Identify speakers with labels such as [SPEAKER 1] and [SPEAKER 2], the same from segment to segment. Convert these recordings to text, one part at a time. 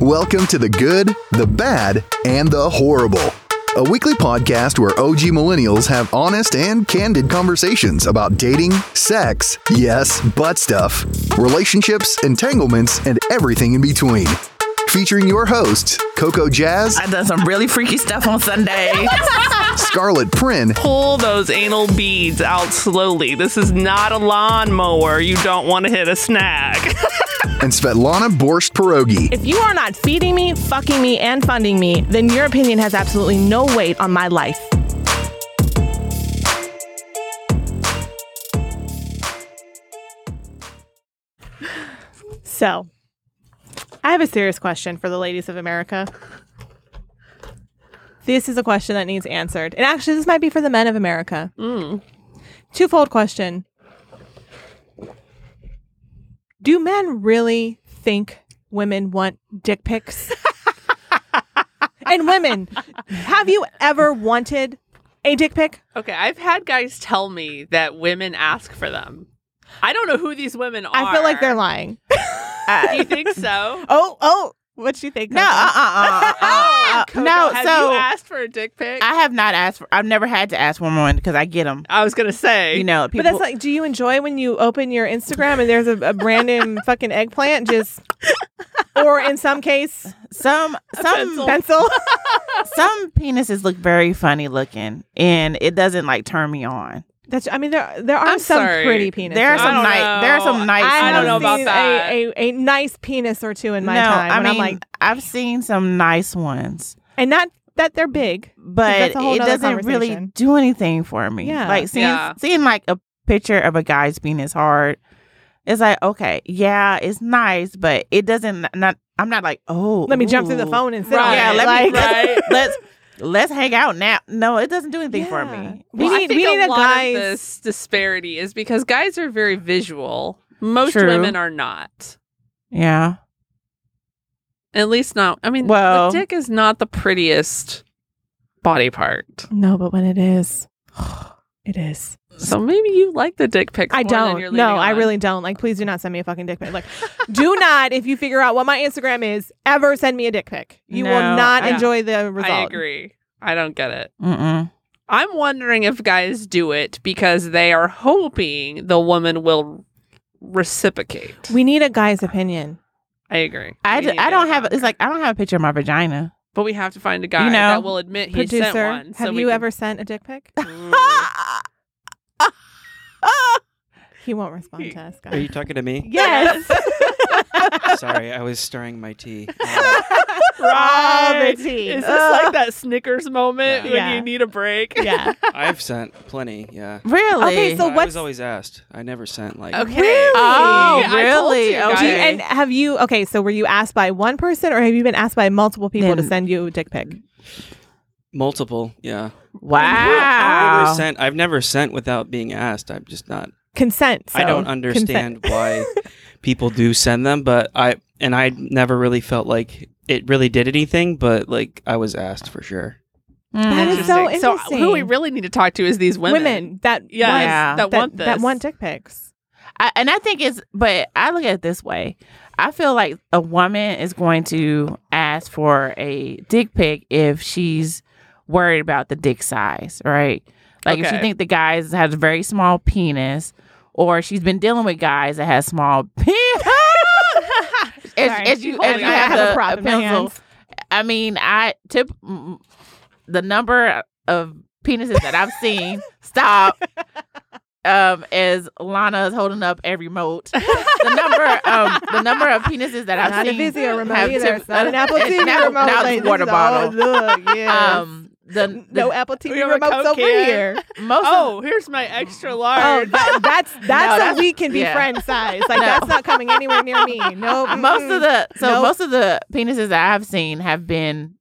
[SPEAKER 1] Welcome to the good, the bad, and the horrible. A weekly podcast where OG millennials have honest and candid conversations about dating, sex, yes, butt stuff, relationships, entanglements, and everything in between. Featuring your hosts, Coco Jazz,
[SPEAKER 2] I've done some really freaky stuff on Sunday.
[SPEAKER 1] Scarlet Prin,
[SPEAKER 3] pull those anal beads out slowly. This is not a lawnmower. You don't want to hit a snag.
[SPEAKER 1] and Svetlana Borscht Pierogi.
[SPEAKER 4] If you are not feeding me, fucking me, and funding me, then your opinion has absolutely no weight on my life. So, I have a serious question for the ladies of America. This is a question that needs answered. And actually, this might be for the men of America. Twofold question Do men really think women want dick pics? and women, have you ever wanted a dick pic?
[SPEAKER 3] okay, I've had guys tell me that women ask for them. I don't know who these women are.
[SPEAKER 4] I feel like they're lying.
[SPEAKER 3] Do you think so?
[SPEAKER 4] Oh, oh, what you think?
[SPEAKER 5] No, uh,
[SPEAKER 4] Coco?
[SPEAKER 5] uh, uh,
[SPEAKER 4] ah,
[SPEAKER 5] uh, uh,
[SPEAKER 3] Coco,
[SPEAKER 5] no.
[SPEAKER 3] have
[SPEAKER 5] So
[SPEAKER 3] you asked for a dick pic? I,
[SPEAKER 5] I have not asked for. I've never had to ask for one because I get them.
[SPEAKER 3] was gonna say,
[SPEAKER 5] You know, people.
[SPEAKER 4] But that's like, do you enjoy when you open your Instagram and there's a, a random fucking eggplant just, or in some case,
[SPEAKER 5] some some
[SPEAKER 4] pencil?
[SPEAKER 5] some penises look very funny looking, and it doesn't like turn me on.
[SPEAKER 4] That's, I mean, there there are
[SPEAKER 3] I'm
[SPEAKER 4] some
[SPEAKER 3] sorry.
[SPEAKER 4] pretty penises.
[SPEAKER 5] There are
[SPEAKER 3] I
[SPEAKER 5] some
[SPEAKER 3] don't
[SPEAKER 5] nice. There are
[SPEAKER 3] know.
[SPEAKER 5] some nice.
[SPEAKER 4] I
[SPEAKER 3] I
[SPEAKER 5] ones.
[SPEAKER 3] don't know
[SPEAKER 4] have
[SPEAKER 3] about
[SPEAKER 4] seen
[SPEAKER 3] that.
[SPEAKER 4] A, a, a nice penis or two in my
[SPEAKER 5] no,
[SPEAKER 4] time.
[SPEAKER 5] I
[SPEAKER 4] and
[SPEAKER 5] mean,
[SPEAKER 4] I'm like,
[SPEAKER 5] I've seen some nice ones,
[SPEAKER 4] and not that they're big.
[SPEAKER 5] but
[SPEAKER 4] that's a whole
[SPEAKER 5] it
[SPEAKER 4] nother
[SPEAKER 5] doesn't really
[SPEAKER 4] conversation.
[SPEAKER 5] do anything for me.
[SPEAKER 4] Yeah.
[SPEAKER 5] like seeing
[SPEAKER 3] Yeah.
[SPEAKER 5] seeing like a picture of a guy's penis hard. It's like okay, yeah, it's nice, but it doesn't. Not I'm not like oh.
[SPEAKER 4] Let me jump through the
[SPEAKER 5] ooh.
[SPEAKER 4] phone and sit
[SPEAKER 3] Right.
[SPEAKER 4] on
[SPEAKER 5] Yeah,
[SPEAKER 4] it.
[SPEAKER 5] let
[SPEAKER 4] like,
[SPEAKER 5] me
[SPEAKER 3] Right.
[SPEAKER 5] let's let's hang out now. No, it doesn't do anything for
[SPEAKER 4] Yeah.
[SPEAKER 5] me.
[SPEAKER 4] We
[SPEAKER 3] Well, I
[SPEAKER 4] need
[SPEAKER 3] think
[SPEAKER 4] we need
[SPEAKER 3] a,
[SPEAKER 4] a,
[SPEAKER 3] lot
[SPEAKER 4] guy's
[SPEAKER 3] of this disparity is because guys are very visual. Most
[SPEAKER 5] True.
[SPEAKER 3] women are not.
[SPEAKER 5] Yeah,
[SPEAKER 3] At least not. I mean,
[SPEAKER 5] Well-
[SPEAKER 3] the dick is not the prettiest body part.
[SPEAKER 4] No, but when it is, it is.
[SPEAKER 3] So maybe you like the dick pics.
[SPEAKER 4] I
[SPEAKER 3] more than
[SPEAKER 4] don't.
[SPEAKER 3] you're
[SPEAKER 4] No,
[SPEAKER 3] leaning
[SPEAKER 4] I
[SPEAKER 3] on.
[SPEAKER 4] really don't. Like, please do not send me a fucking dick pic. Like, do not, if you figure out what my Instagram is, ever send me a dick pic. You will
[SPEAKER 5] No,
[SPEAKER 4] not
[SPEAKER 3] I-
[SPEAKER 4] enjoy the result.
[SPEAKER 3] I agree. I don't get it.
[SPEAKER 5] Mm-mm.
[SPEAKER 3] I'm wondering if guys do it because they are hoping the woman will reciprocate.
[SPEAKER 4] We need a guy's opinion.
[SPEAKER 3] I agree.
[SPEAKER 5] I,
[SPEAKER 3] We
[SPEAKER 5] d-
[SPEAKER 3] need
[SPEAKER 5] I
[SPEAKER 3] to
[SPEAKER 5] don't
[SPEAKER 3] get
[SPEAKER 5] have.
[SPEAKER 3] that.
[SPEAKER 5] It's like I don't have a picture of my vagina.
[SPEAKER 3] but we have to find a guy
[SPEAKER 5] You know,
[SPEAKER 3] that will admit he sent
[SPEAKER 4] Producer,
[SPEAKER 3] one. so
[SPEAKER 4] have
[SPEAKER 3] we
[SPEAKER 4] you
[SPEAKER 3] can-
[SPEAKER 4] ever sent a dick pic?
[SPEAKER 3] Mm.
[SPEAKER 4] He won't respond to us,
[SPEAKER 6] Are
[SPEAKER 4] guys.
[SPEAKER 6] you talking to me?
[SPEAKER 4] Yes.
[SPEAKER 6] Sorry, I was stirring my tea. Um,
[SPEAKER 4] Right.
[SPEAKER 3] Is this like that Snickers moment
[SPEAKER 6] Yeah.
[SPEAKER 3] when
[SPEAKER 4] Yeah.
[SPEAKER 3] you need a break?
[SPEAKER 4] yeah.
[SPEAKER 6] I've sent plenty, yeah.
[SPEAKER 5] Really?
[SPEAKER 4] Okay, so
[SPEAKER 6] I
[SPEAKER 4] what's
[SPEAKER 6] was always asked. I never sent like
[SPEAKER 3] Okay.
[SPEAKER 4] Really?
[SPEAKER 5] Oh,
[SPEAKER 3] I told
[SPEAKER 5] really?
[SPEAKER 3] you
[SPEAKER 5] Okay.
[SPEAKER 4] Do you-
[SPEAKER 3] guys.
[SPEAKER 4] and have you okay? So were you asked by one person, or have you been asked by multiple people to
[SPEAKER 5] Then-
[SPEAKER 4] send you a dick pic?
[SPEAKER 6] multiple, yeah. I never
[SPEAKER 5] wow.
[SPEAKER 6] sent I've never sent without being asked. I'm just not
[SPEAKER 4] Consent.
[SPEAKER 6] I
[SPEAKER 4] so
[SPEAKER 6] don't
[SPEAKER 4] consent.
[SPEAKER 6] understand why people do send them, but I and I never really felt like it really did anything, but like I was asked for sure.
[SPEAKER 5] Mm-hmm.
[SPEAKER 4] That is so
[SPEAKER 3] Interesting.
[SPEAKER 4] interesting.
[SPEAKER 3] who we really need to talk to is these women.
[SPEAKER 4] women, that
[SPEAKER 3] Yes,
[SPEAKER 4] want-
[SPEAKER 5] Yeah.
[SPEAKER 3] that, want this.
[SPEAKER 4] that want dick pics.
[SPEAKER 5] I, and I think it's, but I look at it this way. I feel like a woman is going to ask for a dick pic if she's worried about the dick size, right? Like if she
[SPEAKER 3] Okay.
[SPEAKER 5] think the guy has a very small penis, or she's been dealing with guys that has small penis.
[SPEAKER 4] Sorry.
[SPEAKER 5] if, if you,
[SPEAKER 4] Hold
[SPEAKER 5] if
[SPEAKER 4] on,
[SPEAKER 5] you
[SPEAKER 4] I
[SPEAKER 5] have,
[SPEAKER 4] have a
[SPEAKER 5] a,
[SPEAKER 4] prop
[SPEAKER 5] a
[SPEAKER 4] in my
[SPEAKER 5] pencil,
[SPEAKER 4] hands.
[SPEAKER 5] I mean, I tip mm, the number of penises that I've seen. stop. Um, as Lana is holding up every remote, the number, um, the number of penises that I've
[SPEAKER 4] not a
[SPEAKER 5] seen.
[SPEAKER 4] Vizio remote
[SPEAKER 5] have
[SPEAKER 4] either.
[SPEAKER 5] tip-
[SPEAKER 4] It's not an Apple
[SPEAKER 5] it's
[SPEAKER 4] TV
[SPEAKER 5] now-
[SPEAKER 4] remote.
[SPEAKER 5] now it's
[SPEAKER 4] like, this
[SPEAKER 5] water
[SPEAKER 4] is all-
[SPEAKER 5] bottle.
[SPEAKER 4] look, yeah.
[SPEAKER 5] Um, the, the
[SPEAKER 4] no Apple TV
[SPEAKER 3] We have a
[SPEAKER 4] remotes
[SPEAKER 3] Coke
[SPEAKER 4] over
[SPEAKER 3] can.
[SPEAKER 4] here.
[SPEAKER 5] most
[SPEAKER 3] Oh, here's my extra
[SPEAKER 4] Oh,
[SPEAKER 3] large.
[SPEAKER 4] that, that's that's a
[SPEAKER 5] that's-
[SPEAKER 4] we can be
[SPEAKER 5] yeah.
[SPEAKER 4] friend size. Like
[SPEAKER 5] No.
[SPEAKER 4] that's not coming anywhere near me. No,
[SPEAKER 5] of, most
[SPEAKER 4] mm-mm.
[SPEAKER 5] of the so
[SPEAKER 4] Nope.
[SPEAKER 5] most of the penises that I've seen have been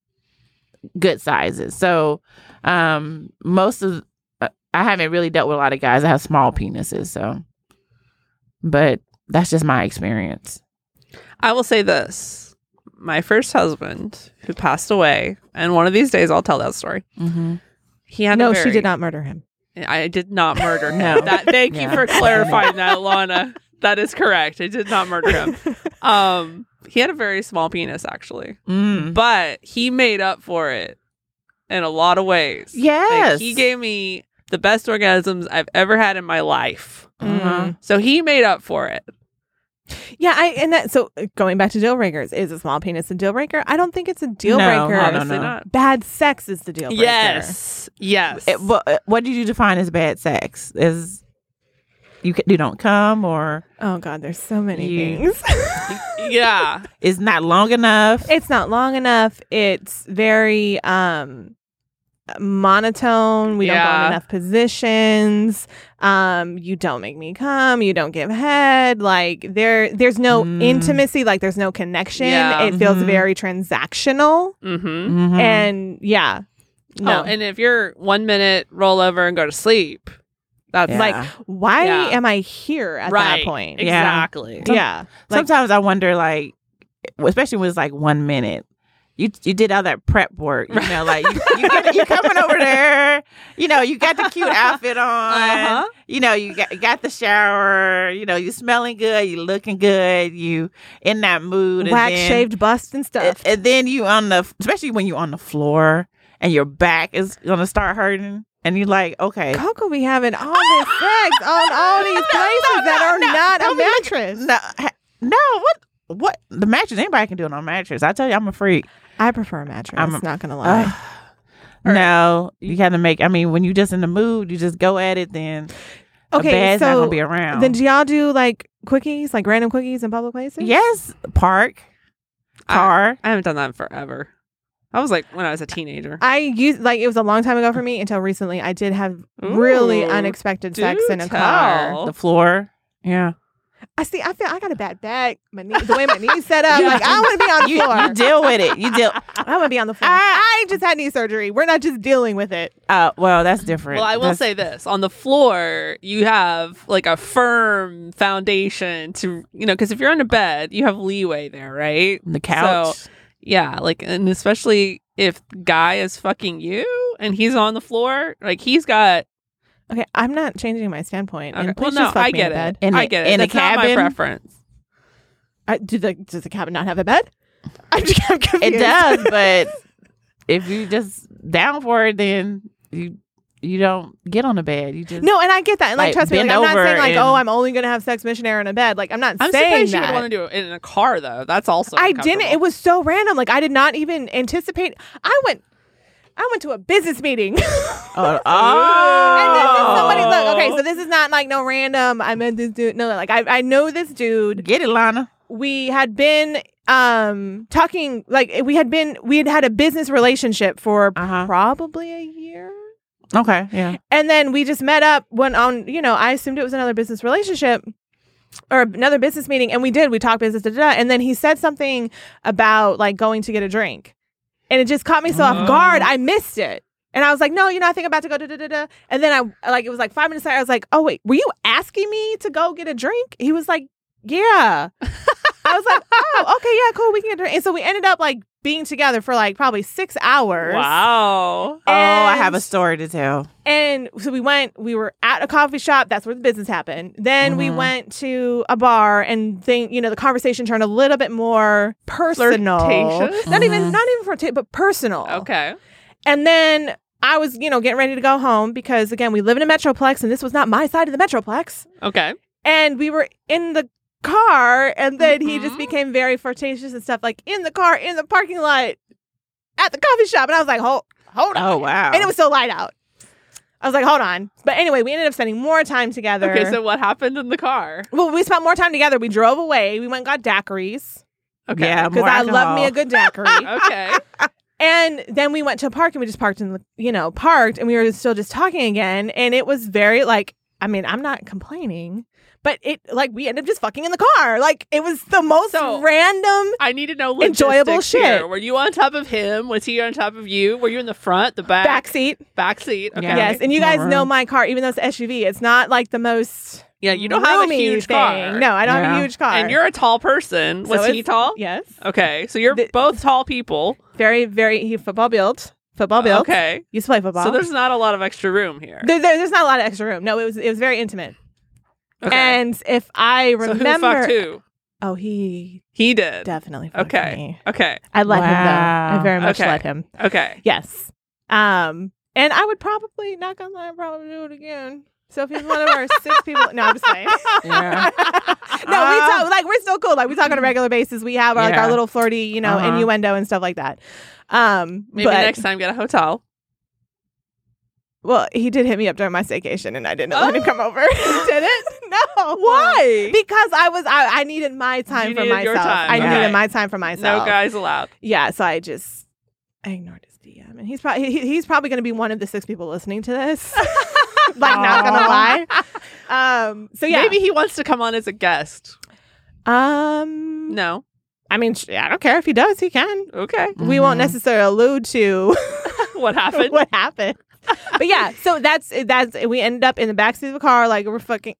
[SPEAKER 5] good sizes. So, um, most of uh, I haven't really dealt with a lot of guys that have small penises. So, but that's just my experience.
[SPEAKER 3] I will say this. My first husband, who passed away, and one of these days I'll tell that story.
[SPEAKER 5] Mm-hmm.
[SPEAKER 3] He had a
[SPEAKER 4] no, she
[SPEAKER 3] very-
[SPEAKER 4] did not murder him.
[SPEAKER 3] I did not murder him.
[SPEAKER 5] No.
[SPEAKER 3] That, thank
[SPEAKER 5] Yeah.
[SPEAKER 3] you for clarifying that, Lana. That is correct. I did not murder him. Um, he had a very small penis actually,
[SPEAKER 5] Mm.
[SPEAKER 3] Mm-hmm. but he made up for it in a lot of ways. Like,
[SPEAKER 5] Yes.
[SPEAKER 3] he gave me the best orgasms I've ever had in my life.
[SPEAKER 4] Mm-hmm.
[SPEAKER 5] Uh-huh.
[SPEAKER 3] So he made up for it.
[SPEAKER 4] Yeah, I and that so uh, going back to deal breakers, is a small penis a deal breaker? I don't think it's a deal
[SPEAKER 5] No,
[SPEAKER 4] breaker.
[SPEAKER 5] I don't
[SPEAKER 3] Obviously
[SPEAKER 5] know.
[SPEAKER 3] not.
[SPEAKER 4] Bad sex is the deal breaker.
[SPEAKER 3] Yes. Yes.
[SPEAKER 5] It- but, uh, what did you define as bad sex? Is you c- you don't come or
[SPEAKER 4] Oh god, there's so many
[SPEAKER 5] You-
[SPEAKER 4] things.
[SPEAKER 3] yeah.
[SPEAKER 5] it's not long enough?
[SPEAKER 4] it's not long enough. It's very um monotone. We don't go
[SPEAKER 3] Yeah.
[SPEAKER 4] in enough positions. Um, you don't make me come. You don't give head. Like there, there's no
[SPEAKER 5] Mm.
[SPEAKER 4] intimacy. Like there's no connection.
[SPEAKER 3] Yeah.
[SPEAKER 4] It feels
[SPEAKER 5] Mhm.
[SPEAKER 4] very transactional.
[SPEAKER 3] Mm-hmm.
[SPEAKER 5] Mhm.
[SPEAKER 4] And yeah, no.
[SPEAKER 3] Oh, and if you're one minute, roll over and go to sleep. That's
[SPEAKER 5] Yeah.
[SPEAKER 3] like
[SPEAKER 4] Like, why
[SPEAKER 3] Yeah.
[SPEAKER 4] am I here at
[SPEAKER 3] Right.
[SPEAKER 4] that point?
[SPEAKER 5] Yeah.
[SPEAKER 3] exactly.
[SPEAKER 4] Yeah. Like,
[SPEAKER 5] sometimes I wonder, like, especially when it's like one minute. You you did all that prep work, you know, like you, you, get- you coming over there, you know, you got the cute outfit on,
[SPEAKER 3] Uh-huh.
[SPEAKER 5] you know, you got, got the shower, you know, you smelling good, you looking good, you in that mood, and
[SPEAKER 4] wax
[SPEAKER 5] then-
[SPEAKER 4] shaved bust and
[SPEAKER 5] and,
[SPEAKER 4] stuff.
[SPEAKER 5] and then you on the especially when you on the floor and your back is gonna start hurting, and you're like, okay,
[SPEAKER 4] How could we have it all this sex on all these places that are not a mattress?
[SPEAKER 5] no, ha- no, what? What the mattress? Anybody can do it on a mattress. I tell you, I'm a freak.
[SPEAKER 4] I prefer a mattress.
[SPEAKER 5] I'm
[SPEAKER 4] I'm
[SPEAKER 5] a-
[SPEAKER 4] not gonna lie.
[SPEAKER 5] Ugh. No, you gotta make. I mean, when you just in the mood, you just go at it. Then
[SPEAKER 4] Okay,
[SPEAKER 5] a bad's not
[SPEAKER 4] so
[SPEAKER 5] gonna be around.
[SPEAKER 4] then do y'all do like quickies, like random quickies in public places?
[SPEAKER 5] yes, park,
[SPEAKER 3] I-
[SPEAKER 5] car.
[SPEAKER 3] I haven't done that in forever. I was like when I was a teenager.
[SPEAKER 4] I used like it was a long time ago for me until recently. I did have really
[SPEAKER 3] Ooh,
[SPEAKER 4] unexpected
[SPEAKER 3] do
[SPEAKER 4] sex in a
[SPEAKER 3] tell.
[SPEAKER 4] car.
[SPEAKER 5] the floor. Yeah,
[SPEAKER 4] I see. I feel I got a bad back. My knee, the way my knees set up, like I want to be on the
[SPEAKER 5] you,
[SPEAKER 4] floor.
[SPEAKER 5] you deal with it. You deal.
[SPEAKER 4] I want to be on the floor. I,
[SPEAKER 5] I-
[SPEAKER 4] just had knee surgery. We're not just dealing with it.
[SPEAKER 5] Uh, well, that's different.
[SPEAKER 3] Well, I will
[SPEAKER 5] That's-
[SPEAKER 3] say this: on the floor, you have like a firm foundation to, you know, because if you're on a bed, you have leeway there, right?
[SPEAKER 5] the couch.
[SPEAKER 3] Yeah, like, and especially if guy is fucking you and he's on the floor, like he's got.
[SPEAKER 4] Okay, I'm not changing my standpoint.
[SPEAKER 3] Okay,
[SPEAKER 4] And
[SPEAKER 3] well,
[SPEAKER 4] please
[SPEAKER 3] no,
[SPEAKER 4] just fuck
[SPEAKER 3] I
[SPEAKER 4] me in
[SPEAKER 3] get
[SPEAKER 4] bed.
[SPEAKER 3] it.
[SPEAKER 5] In
[SPEAKER 3] I
[SPEAKER 5] the-
[SPEAKER 3] get it.
[SPEAKER 5] in the
[SPEAKER 3] That's not my
[SPEAKER 5] cabin?
[SPEAKER 3] preference.
[SPEAKER 4] I, do the does the cabin not have a bed? I'm, just, I'm confused.
[SPEAKER 5] It does, but if you just down for it, then you you don't get on the bed. You just
[SPEAKER 4] No, and I get that. And like,
[SPEAKER 5] Like,
[SPEAKER 4] trust me, like,
[SPEAKER 5] bend
[SPEAKER 4] I'm not
[SPEAKER 5] over
[SPEAKER 4] saying like, oh,
[SPEAKER 5] and-
[SPEAKER 4] I'm only gonna have sex missionary in a bed. Like, I'm not
[SPEAKER 3] I'm
[SPEAKER 4] saying
[SPEAKER 3] surprised
[SPEAKER 4] that.
[SPEAKER 3] you would want to do it in a car though. That's also
[SPEAKER 4] I didn't. It
[SPEAKER 3] uncomfortable.
[SPEAKER 4] was so random. Like, I did not even anticipate. I went. I went to a business meeting.
[SPEAKER 5] Oh,
[SPEAKER 4] And this is somebody look, okay,
[SPEAKER 5] oh.
[SPEAKER 4] so this is not like no random I met this dude. No, like I, I know this dude.
[SPEAKER 5] Oh. get it, Lana.
[SPEAKER 4] We had been um talking like we had been we had had a business relationship for
[SPEAKER 5] Uh-huh.
[SPEAKER 4] probably a year.
[SPEAKER 5] Okay, yeah.
[SPEAKER 4] And then we just met up when on, you know, I assumed it was another business relationship or another business meeting. And we did, we talked business, da, da, da. And then he said something about like going to get a drink. And it just caught me so off guard. I missed it. And I was like, no, you know, I think I'm about to go da da da da. And then I like it was like five minutes later, I was like, oh wait, were you asking me to go get a drink? He was like, Yeah. I was like, oh, okay, yeah, cool, we can get a drink. And so we ended up like being together for like probably six hours.
[SPEAKER 3] Wow.
[SPEAKER 5] oh, I have a
[SPEAKER 4] And-
[SPEAKER 5] story to tell.
[SPEAKER 4] and so we went, we were at a coffee shop. That's where the business happened. Then we
[SPEAKER 3] Mm-hmm.
[SPEAKER 4] went to a bar and think, you know, the conversation turned a little bit more personal.
[SPEAKER 3] Flirtatious? Mm-hmm.
[SPEAKER 4] Not even, not even flirtatious, but personal.
[SPEAKER 3] Okay.
[SPEAKER 4] And then I was, you know, getting ready to go home because again, we live in a Metroplex and this was not my side of the Metroplex.
[SPEAKER 3] Okay.
[SPEAKER 4] And we were in the car and then he
[SPEAKER 3] Mm-hmm.
[SPEAKER 4] just became very flirtatious and stuff like in the car, in the parking lot, at the coffee shop. And I was like, hold, hold on
[SPEAKER 5] Oh wow,
[SPEAKER 4] and it was so light out. I was like, hold on. But anyway, we ended up spending more time together.
[SPEAKER 3] Okay. So what happened in the car?
[SPEAKER 4] well, we spent more time together. We drove away. We went and got daiquiris
[SPEAKER 3] Okay.
[SPEAKER 5] Yeah,
[SPEAKER 4] because
[SPEAKER 5] more
[SPEAKER 4] I love me
[SPEAKER 5] alcohol.
[SPEAKER 4] a good daiquiri.
[SPEAKER 3] Uh, Okay.
[SPEAKER 4] and then we went to a park and we just parked in the, you know, parked and we were still just talking again. And it was very like, I mean, I'm not complaining, but it like we ended up just fucking in the car. Like it was the most
[SPEAKER 3] So-
[SPEAKER 4] random.
[SPEAKER 3] I need to know
[SPEAKER 4] Enjoyable
[SPEAKER 3] logistics here.
[SPEAKER 4] shit.
[SPEAKER 3] Were you on top of him? Was he on top of you? Were you in the front, the back,
[SPEAKER 4] Backseat,
[SPEAKER 3] back seat? Okay.
[SPEAKER 5] Yeah.
[SPEAKER 4] yes, and you guys
[SPEAKER 5] More
[SPEAKER 4] know
[SPEAKER 5] room.
[SPEAKER 4] my car. Even though it's a SUV, it's not like the most.
[SPEAKER 3] Yeah, you don't have a
[SPEAKER 4] roomy
[SPEAKER 3] huge
[SPEAKER 4] thing.
[SPEAKER 3] car.
[SPEAKER 4] No, I don't have
[SPEAKER 5] Yeah.
[SPEAKER 4] a huge car.
[SPEAKER 3] And you're a tall person. Was
[SPEAKER 4] So
[SPEAKER 3] he
[SPEAKER 4] it's-
[SPEAKER 3] tall?
[SPEAKER 4] Yes.
[SPEAKER 3] Okay. So you're
[SPEAKER 4] The-
[SPEAKER 3] both tall people.
[SPEAKER 4] Very, very. He football built. Football built.
[SPEAKER 3] Okay.
[SPEAKER 4] Used to play football.
[SPEAKER 3] So there's not a lot of extra room here.
[SPEAKER 4] there, there- there's not a lot of extra room. No, it was it was very intimate.
[SPEAKER 3] Okay.
[SPEAKER 4] And if I
[SPEAKER 3] so who
[SPEAKER 4] remember,
[SPEAKER 3] fucked who?
[SPEAKER 4] Oh, he
[SPEAKER 3] He did.
[SPEAKER 4] definitely. fucked
[SPEAKER 3] Okay.
[SPEAKER 4] me.
[SPEAKER 3] Okay.
[SPEAKER 4] I let him though. I
[SPEAKER 5] Wow.
[SPEAKER 4] very much
[SPEAKER 3] Okay.
[SPEAKER 4] let him.
[SPEAKER 3] Okay.
[SPEAKER 4] Yes. Um, and I would probably knock on that. Probably do it again. So if he's one of our six people, no, I'm just saying.
[SPEAKER 5] Yeah.
[SPEAKER 4] no, we talk like we're still cool. Like we talk
[SPEAKER 3] Mm.
[SPEAKER 4] on a regular basis. We have our, like
[SPEAKER 5] Yeah.
[SPEAKER 4] our little flirty, you know,
[SPEAKER 5] Uh-huh.
[SPEAKER 4] innuendo and stuff like that. Um,
[SPEAKER 3] Maybe
[SPEAKER 4] but
[SPEAKER 3] next time get a hotel.
[SPEAKER 4] well, he did hit me up during my staycation, and I didn't let him
[SPEAKER 3] Oh.
[SPEAKER 4] come over. did it? No.
[SPEAKER 3] Why?
[SPEAKER 4] Because I was I, I needed my time
[SPEAKER 3] You
[SPEAKER 4] for
[SPEAKER 3] needed
[SPEAKER 4] myself.
[SPEAKER 3] your time.
[SPEAKER 4] I
[SPEAKER 5] Okay.
[SPEAKER 4] needed my time for myself.
[SPEAKER 3] No guys allowed.
[SPEAKER 4] yeah, so I just I ignored his DM, and he's probably he, he's probably going to be one of the six people listening to this. like, not gonna lie. Um, so yeah,
[SPEAKER 3] Maybe he wants to come on as a guest.
[SPEAKER 4] Um,
[SPEAKER 3] No.
[SPEAKER 4] I mean, sh- I don't care if he does, he can.
[SPEAKER 3] Okay.
[SPEAKER 4] We won't
[SPEAKER 5] Mhm.
[SPEAKER 4] necessarily allude to
[SPEAKER 3] What happened?
[SPEAKER 4] what happened, but yeah. So that's that's we ended up in the backseat of a car, like we're fucking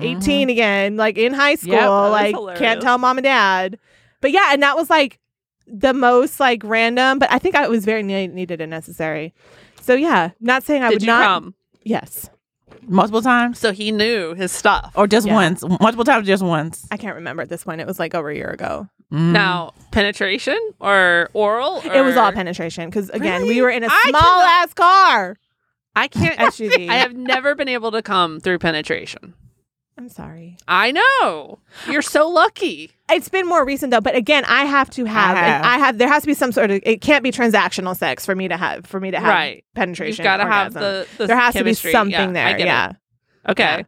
[SPEAKER 4] 18
[SPEAKER 3] Mm-hmm.
[SPEAKER 4] again, like in high school,
[SPEAKER 3] was
[SPEAKER 4] like can't
[SPEAKER 3] hilarious.
[SPEAKER 4] tell mom and dad. But yeah, and that was like the most like random, but I think I, it was very ne- needed and necessary. So yeah, not saying I
[SPEAKER 3] Did
[SPEAKER 4] would
[SPEAKER 3] you
[SPEAKER 4] not.
[SPEAKER 3] come?
[SPEAKER 4] Yes,
[SPEAKER 5] Mm-hmm. multiple times
[SPEAKER 3] So he knew his stuff.
[SPEAKER 5] or just
[SPEAKER 4] Yeah.
[SPEAKER 5] once? Multiple times, just once.
[SPEAKER 4] I can't remember at this point. It was like over a year ago.
[SPEAKER 5] Mm.
[SPEAKER 3] Now, penetration or oral?
[SPEAKER 4] Mm-hmm. It was all
[SPEAKER 3] or-
[SPEAKER 4] penetration because again,
[SPEAKER 3] Really?
[SPEAKER 4] we were in a
[SPEAKER 3] I
[SPEAKER 4] small ass car
[SPEAKER 3] I can't.
[SPEAKER 4] SUV.
[SPEAKER 3] I have never been able to come through penetration.
[SPEAKER 4] I'm sorry.
[SPEAKER 3] I know. You're so lucky.
[SPEAKER 4] It's been more recent though, but again, I have to have, and
[SPEAKER 5] have.
[SPEAKER 4] I have. There has to be some sort of. It can't be transactional sex for me to have. For me to have
[SPEAKER 3] Right. You've
[SPEAKER 4] penetration.
[SPEAKER 3] got to have
[SPEAKER 4] orgasm.
[SPEAKER 3] the, the
[SPEAKER 4] There has
[SPEAKER 3] chemistry.
[SPEAKER 4] to be something
[SPEAKER 3] Yeah,
[SPEAKER 4] there.
[SPEAKER 3] I get it.
[SPEAKER 4] yeah.
[SPEAKER 3] Okay.
[SPEAKER 4] Yeah.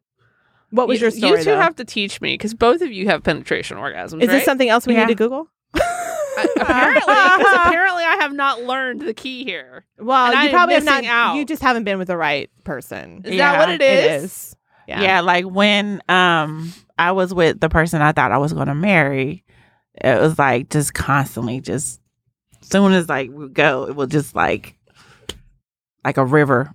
[SPEAKER 4] What was
[SPEAKER 3] you,
[SPEAKER 4] your story?
[SPEAKER 3] You two
[SPEAKER 4] though?
[SPEAKER 3] have to teach me because both of you have penetration orgasms. right?
[SPEAKER 4] Is this something else we
[SPEAKER 5] Yeah.
[SPEAKER 4] need to Google?
[SPEAKER 3] I- apparently, 'cause apparently I have not learned the key here.
[SPEAKER 4] Well,
[SPEAKER 3] And I
[SPEAKER 4] you
[SPEAKER 3] am
[SPEAKER 4] probably have not.
[SPEAKER 3] missing out.
[SPEAKER 4] You just haven't been with the right person.
[SPEAKER 3] Is
[SPEAKER 5] Yeah,
[SPEAKER 3] that what it
[SPEAKER 4] It
[SPEAKER 3] is?
[SPEAKER 4] is.
[SPEAKER 5] Yeah. like when um I was with the person I thought I was going to marry, it was like just constantly, just soon as like we go, it was just like like a river.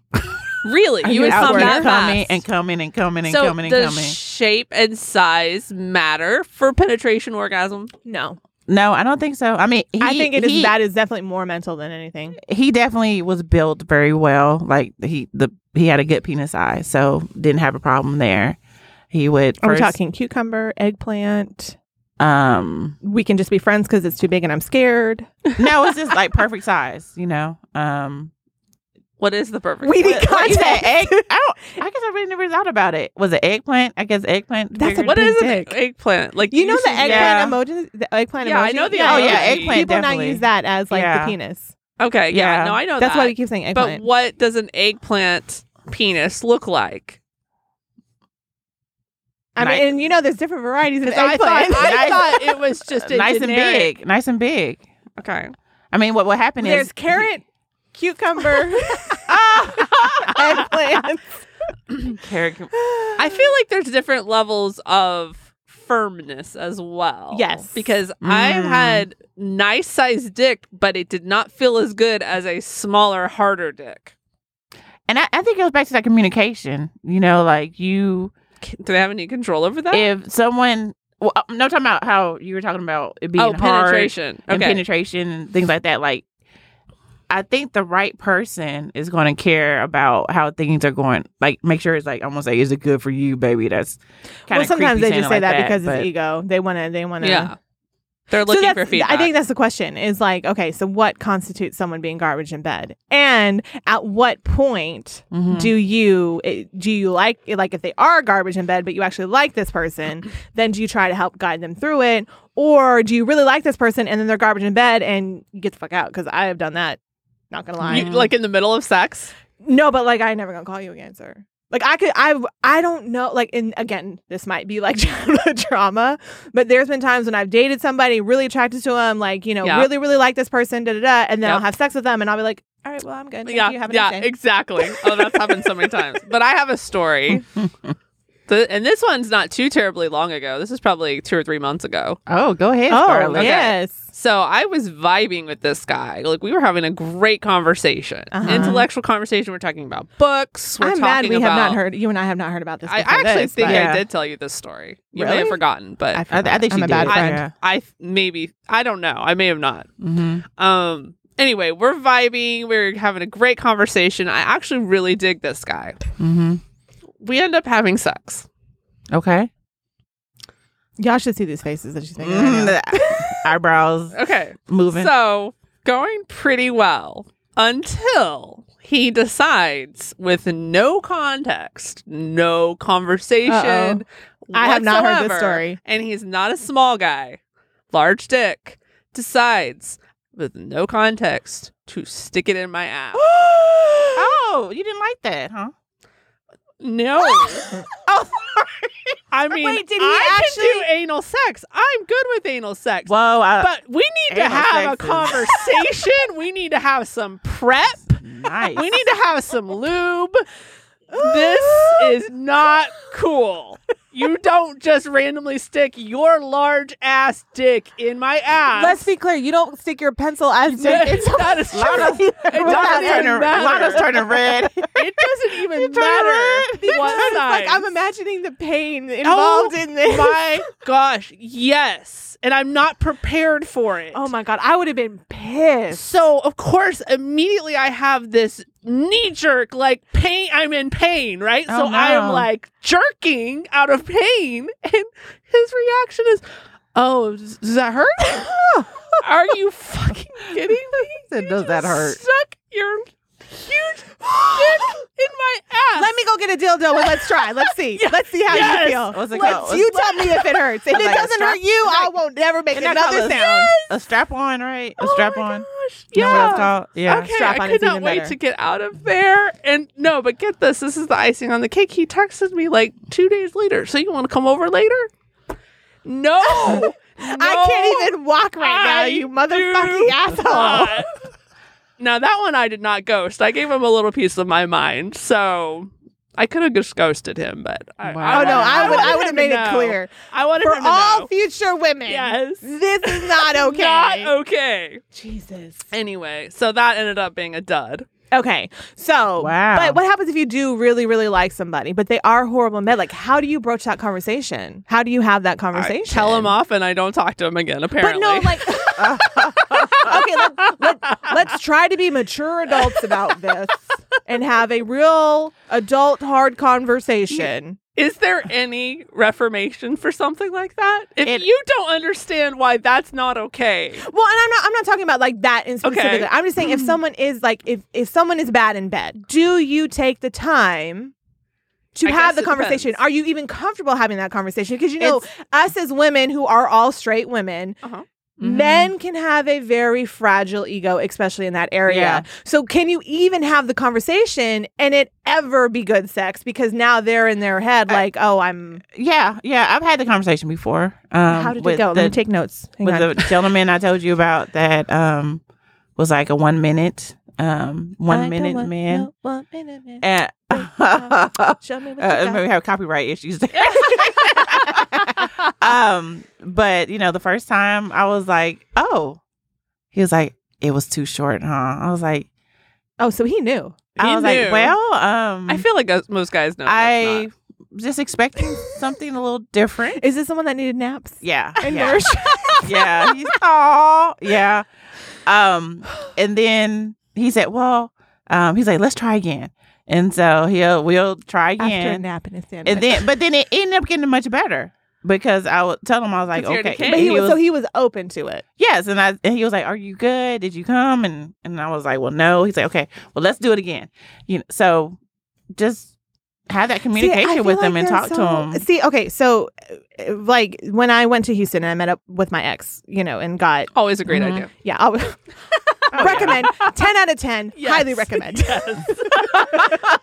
[SPEAKER 3] Really, you would
[SPEAKER 5] Just
[SPEAKER 3] come
[SPEAKER 5] outward
[SPEAKER 3] that
[SPEAKER 5] coming
[SPEAKER 3] fast.
[SPEAKER 5] and coming and coming and
[SPEAKER 3] so
[SPEAKER 5] coming and
[SPEAKER 3] does
[SPEAKER 5] coming.
[SPEAKER 3] shape and size matter for penetration orgasm?
[SPEAKER 4] No,
[SPEAKER 5] no, I don't think so. I mean, he,
[SPEAKER 4] I think it is.
[SPEAKER 5] he,
[SPEAKER 4] that is definitely more mental than anything.
[SPEAKER 5] He definitely was built very well. Like he the he had a good penis size, so didn't have a problem there. He would
[SPEAKER 4] Are we
[SPEAKER 5] first,
[SPEAKER 4] talking cucumber, eggplant?
[SPEAKER 5] um
[SPEAKER 4] We can just be friends because it's too big and I'm scared.
[SPEAKER 5] no, it's just like perfect size, you know. Um,
[SPEAKER 3] What is the perfect?
[SPEAKER 4] We need
[SPEAKER 3] what, what is
[SPEAKER 4] context.
[SPEAKER 3] that?
[SPEAKER 5] egg. I, don't, I guess I really never thought about it. Was it eggplant? I guess eggplant.
[SPEAKER 4] That's a
[SPEAKER 5] bigger-
[SPEAKER 3] What is an
[SPEAKER 4] Dick.
[SPEAKER 3] eggplant? Like
[SPEAKER 4] You know the
[SPEAKER 3] should-
[SPEAKER 4] eggplant
[SPEAKER 5] Yeah.
[SPEAKER 4] emoji, the eggplant
[SPEAKER 3] Yeah,
[SPEAKER 4] emoji.
[SPEAKER 3] I know the
[SPEAKER 5] Oh, yeah,
[SPEAKER 4] emoji.
[SPEAKER 5] eggplant,
[SPEAKER 4] People now
[SPEAKER 5] definitely.
[SPEAKER 4] use that as like
[SPEAKER 5] Yeah.
[SPEAKER 4] the penis.
[SPEAKER 3] Okay, yeah,
[SPEAKER 5] Yeah.
[SPEAKER 3] no, I know
[SPEAKER 4] That's
[SPEAKER 3] that.
[SPEAKER 4] why we keep saying
[SPEAKER 3] but
[SPEAKER 4] eggplant.
[SPEAKER 3] what does an eggplant penis look like?
[SPEAKER 4] I mean,
[SPEAKER 5] Like-
[SPEAKER 4] and you know, there's different varieties of
[SPEAKER 3] 'Cause I
[SPEAKER 4] eggplant.
[SPEAKER 3] thought I thought it was just a
[SPEAKER 5] nice
[SPEAKER 3] generic-
[SPEAKER 5] and big, nice and big.
[SPEAKER 3] Okay,
[SPEAKER 5] I mean, what what happened
[SPEAKER 4] there's
[SPEAKER 5] is
[SPEAKER 4] carrot, cucumber, eggplant.
[SPEAKER 5] carrot.
[SPEAKER 3] I feel like there's different levels of firmness as well.
[SPEAKER 4] Yes.
[SPEAKER 3] Because I've
[SPEAKER 5] Mm.
[SPEAKER 3] had nice sized dick, but it did not feel as good as a smaller, harder dick.
[SPEAKER 5] And I, I think it goes back to that communication. You know, like you,
[SPEAKER 3] C- Do they have any control over that?
[SPEAKER 5] if someone, well, uh, no, I'm talking about how you were talking about it being
[SPEAKER 3] oh,
[SPEAKER 5] hard
[SPEAKER 3] penetration.
[SPEAKER 5] and
[SPEAKER 3] Okay.
[SPEAKER 5] penetration and things like that. Like, I think the right person is going to care about how things are going. Like, make sure it's like almost like, is it good for you, baby? That's kind
[SPEAKER 4] Well,
[SPEAKER 5] of
[SPEAKER 4] sometimes they just say
[SPEAKER 5] like
[SPEAKER 4] that because
[SPEAKER 5] but-
[SPEAKER 4] it's e-, ego. They wanna, they wanna.
[SPEAKER 3] yeah. They're
[SPEAKER 4] So
[SPEAKER 3] looking
[SPEAKER 4] that's-
[SPEAKER 3] for feedback.
[SPEAKER 4] I think that's the question is like, okay, so what constitutes someone being garbage in bed? And at what point
[SPEAKER 3] Mm.
[SPEAKER 5] Mhm.
[SPEAKER 4] do you eh, do you like like if they are garbage in bed but you actually like this person then do you try to help guide them through it or do you really like this person and then they're garbage in bed and you get the fuck out because i have done that not gonna lie
[SPEAKER 3] You- like in the middle of sex.
[SPEAKER 4] no but like i never gonna call you again sir like i could i i don't know like and again this might be like childhood trauma but there's been times when i've dated somebody really attracted to them like you know
[SPEAKER 3] Yeah.
[SPEAKER 4] really really like this person da da da and then i'll
[SPEAKER 3] Yep.
[SPEAKER 4] have sex with them and i'll be like all right well i'm good Thank
[SPEAKER 3] yeah.
[SPEAKER 4] you. Have a nice
[SPEAKER 3] yeah,
[SPEAKER 4] day."
[SPEAKER 3] exactly. Oh, that's happened so many times. But I have a story. The, and this one's not too terribly long ago. This is probably two or three months ago.
[SPEAKER 5] Oh, go ahead,
[SPEAKER 4] oh
[SPEAKER 5] Scarlett.
[SPEAKER 4] yes
[SPEAKER 3] So I was vibing with this guy. Like we were having a great conversation,
[SPEAKER 4] Uh-huh.
[SPEAKER 3] intellectual conversation. We're talking about books. We're
[SPEAKER 4] I'm
[SPEAKER 3] talking
[SPEAKER 4] mad we
[SPEAKER 3] about.
[SPEAKER 4] have not heard. You and I have not heard about this.
[SPEAKER 3] I, I
[SPEAKER 4] before
[SPEAKER 3] actually
[SPEAKER 4] this,
[SPEAKER 3] think
[SPEAKER 4] but-
[SPEAKER 5] Yeah.
[SPEAKER 3] I did tell you this story. You may have
[SPEAKER 4] Really?
[SPEAKER 3] forgotten, but I,
[SPEAKER 5] I, th- I think she
[SPEAKER 4] I'm a
[SPEAKER 5] did.
[SPEAKER 4] bad friend.
[SPEAKER 5] Yeah.
[SPEAKER 3] maybe I don't know. I may have not.
[SPEAKER 5] Mhm.
[SPEAKER 3] Um. Anyway, we're vibing. We're having a great conversation. I actually really dig this guy.
[SPEAKER 5] Mhm.
[SPEAKER 3] We end up having sex.
[SPEAKER 5] Okay.
[SPEAKER 4] Y'all should see these faces that she's making. right now.
[SPEAKER 5] Mm, eyebrows
[SPEAKER 3] Okay.
[SPEAKER 5] moving.
[SPEAKER 3] So going pretty well until he decides, with no context, no conversation.
[SPEAKER 4] Uh-oh. I have not heard this
[SPEAKER 3] whatsoever,
[SPEAKER 4] story.
[SPEAKER 3] And he's not a small guy, large dick. Decides with no context to stick it in my ass.
[SPEAKER 5] oh, you didn't like that, huh?
[SPEAKER 3] no.
[SPEAKER 5] Oh,
[SPEAKER 3] I mean,
[SPEAKER 4] Wait, did he
[SPEAKER 3] I can do
[SPEAKER 4] actually-
[SPEAKER 3] anal sex. I'm good with anal sex.
[SPEAKER 5] whoa! I,
[SPEAKER 3] But we need to
[SPEAKER 5] Anal
[SPEAKER 3] have a
[SPEAKER 5] sex is-
[SPEAKER 3] conversation. we need to have some prep.
[SPEAKER 5] nice.
[SPEAKER 3] We need to have some lube. This is not cool. You don't just randomly stick your large ass dick in my ass.
[SPEAKER 4] Let's be clear. You don't stick your pencil as
[SPEAKER 3] That-
[SPEAKER 4] it's
[SPEAKER 3] that is true.
[SPEAKER 4] Lana's-
[SPEAKER 3] It
[SPEAKER 5] Lana's
[SPEAKER 3] doesn't
[SPEAKER 5] turning,
[SPEAKER 3] even
[SPEAKER 5] Lana's
[SPEAKER 3] matter.
[SPEAKER 5] turning red.
[SPEAKER 3] It doesn't even
[SPEAKER 5] turned
[SPEAKER 3] matter. What
[SPEAKER 4] like
[SPEAKER 3] size.
[SPEAKER 4] I'm imagining the pain involved in this.
[SPEAKER 3] My gosh, yes. And I'm not prepared for it.
[SPEAKER 4] oh my god, I would have been pissed.
[SPEAKER 3] So of course, immediately I have this knee jerk, like pain. I'm in pain, right?
[SPEAKER 5] Oh,
[SPEAKER 3] so I am
[SPEAKER 5] no.
[SPEAKER 3] like jerking out of pain, and his reaction is, "Oh, does does that hurt? Are you fucking kidding me?
[SPEAKER 5] Said,
[SPEAKER 3] You
[SPEAKER 5] "Does that
[SPEAKER 3] just
[SPEAKER 5] hurt?"
[SPEAKER 3] Stuck your huge dick in my ass.
[SPEAKER 4] Let me go get a dildo and let's try. Let's see. Let's see how
[SPEAKER 3] Yes.
[SPEAKER 4] you feel.
[SPEAKER 5] What's it
[SPEAKER 4] Let's-
[SPEAKER 5] called?
[SPEAKER 4] you tell me if it hurts. If it
[SPEAKER 5] Like a
[SPEAKER 4] doesn't
[SPEAKER 5] strap-
[SPEAKER 4] hurt you, I won't never make
[SPEAKER 5] Isn't that
[SPEAKER 4] another
[SPEAKER 5] called
[SPEAKER 4] sound.
[SPEAKER 5] a- A strap on, right? A
[SPEAKER 3] Oh
[SPEAKER 5] strap
[SPEAKER 3] my
[SPEAKER 5] on.
[SPEAKER 3] gosh,
[SPEAKER 5] You know what
[SPEAKER 3] yeah.
[SPEAKER 5] it's called? Yeah.
[SPEAKER 3] Okay,
[SPEAKER 4] strap
[SPEAKER 3] I
[SPEAKER 4] on
[SPEAKER 3] could
[SPEAKER 4] is
[SPEAKER 3] not
[SPEAKER 4] even
[SPEAKER 3] wait
[SPEAKER 4] better.
[SPEAKER 3] to get out of there. And no, but get this. This is the icing on the cake. He texted me like two days later. So you want to come over later? No.
[SPEAKER 4] I can't even walk right now,
[SPEAKER 3] I
[SPEAKER 4] you
[SPEAKER 3] do
[SPEAKER 4] motherfucking asshole.
[SPEAKER 3] now that one I did not ghost. I gave him a little piece of my mind. So I could have just ghosted him, but I,
[SPEAKER 5] Wow.
[SPEAKER 4] oh no, I would
[SPEAKER 3] wanted
[SPEAKER 4] I would
[SPEAKER 3] him
[SPEAKER 4] have
[SPEAKER 3] to
[SPEAKER 4] made it
[SPEAKER 3] know.
[SPEAKER 4] clear.
[SPEAKER 3] I wanted
[SPEAKER 4] For
[SPEAKER 3] him to
[SPEAKER 4] all
[SPEAKER 3] know.
[SPEAKER 4] future women,
[SPEAKER 3] Yes.
[SPEAKER 4] this is not okay.
[SPEAKER 3] Not okay.
[SPEAKER 4] Jesus.
[SPEAKER 3] Anyway, so that ended up being a dud.
[SPEAKER 4] Okay. So,
[SPEAKER 5] Wow.
[SPEAKER 4] but what happens if you do really, really like somebody, but they are horrible men? Like, how do you broach that conversation? How do you have that conversation?
[SPEAKER 3] Tell him off, and I don't talk to him again.
[SPEAKER 4] But
[SPEAKER 3] Apparently,
[SPEAKER 4] no, like, okay, let, let, let's try to be mature adults about this and have a real adult hard conversation.
[SPEAKER 3] Is there any reformation for something like that? If
[SPEAKER 5] It-
[SPEAKER 3] you don't understand why that's not okay,
[SPEAKER 4] Well, and I'm not I'm not talking about like that in specific. I'm just saying if someone is like if if someone is bad in bed, do you take the time to
[SPEAKER 3] I guess
[SPEAKER 4] have the
[SPEAKER 3] it
[SPEAKER 4] conversation?
[SPEAKER 3] depends.
[SPEAKER 4] Are you even comfortable having that conversation? Because you know, us as women who are all straight women,
[SPEAKER 3] Uh-huh.
[SPEAKER 5] Mm-hmm.
[SPEAKER 4] men can have a very fragile ego, especially in that area.
[SPEAKER 5] Yeah.
[SPEAKER 4] So can you even have the conversation and it ever be good sex? Because now they're in their head like, oh, I'm.
[SPEAKER 5] Yeah, yeah. I've had the conversation before. Um,
[SPEAKER 4] how did it
[SPEAKER 5] with
[SPEAKER 4] go?
[SPEAKER 5] The,
[SPEAKER 4] Let me take notes. Hang
[SPEAKER 5] with
[SPEAKER 4] on.
[SPEAKER 5] the gentleman I told you about that um, was like a one minute, um, one
[SPEAKER 4] I don't
[SPEAKER 5] minute
[SPEAKER 4] want
[SPEAKER 5] man.
[SPEAKER 4] no one minute man.
[SPEAKER 5] And
[SPEAKER 4] Show me what you
[SPEAKER 5] uh,
[SPEAKER 4] got.
[SPEAKER 5] maybe have copyright issues. um, but you know, the first time I was like, "Oh," he was like, "It was too short, huh?" I was like,
[SPEAKER 4] Oh, so he knew.
[SPEAKER 5] "I
[SPEAKER 3] He
[SPEAKER 5] was
[SPEAKER 3] knew.
[SPEAKER 5] like, well, um,
[SPEAKER 3] I feel like us- most guys know. that's
[SPEAKER 5] I
[SPEAKER 3] not.
[SPEAKER 5] was just expecting something a little different."
[SPEAKER 4] Is this someone that needed naps?
[SPEAKER 5] yeah,
[SPEAKER 4] And
[SPEAKER 5] yeah,
[SPEAKER 4] nourish-
[SPEAKER 5] yeah. He's, aw, yeah. Um, and then he said, "Well," um, he's like, "Let's try again." And so he'll we'll try
[SPEAKER 4] after
[SPEAKER 5] again.
[SPEAKER 4] a nap and a sandwich.
[SPEAKER 5] and then but then it ended up getting much better because I would tell him I was like,
[SPEAKER 3] 'Cause he already
[SPEAKER 5] okay,
[SPEAKER 3] came.
[SPEAKER 4] but he
[SPEAKER 5] And
[SPEAKER 4] was, so he was open to it.
[SPEAKER 5] yes, and I and he was like, are you good? Did you come? And and I was like, well, no. He's like, okay, well, let's do it again. You know, so just have that communication
[SPEAKER 4] See, I
[SPEAKER 5] with
[SPEAKER 4] feel
[SPEAKER 5] them
[SPEAKER 4] like
[SPEAKER 5] and
[SPEAKER 4] they're
[SPEAKER 5] talk
[SPEAKER 4] so-
[SPEAKER 5] to them.
[SPEAKER 4] See, okay, so uh, like when I went to Houston and I met up with my ex, you know, and got
[SPEAKER 3] always a great
[SPEAKER 5] Mhm.
[SPEAKER 3] idea.
[SPEAKER 4] yeah, I would recommend ten out of ten, highly recommend.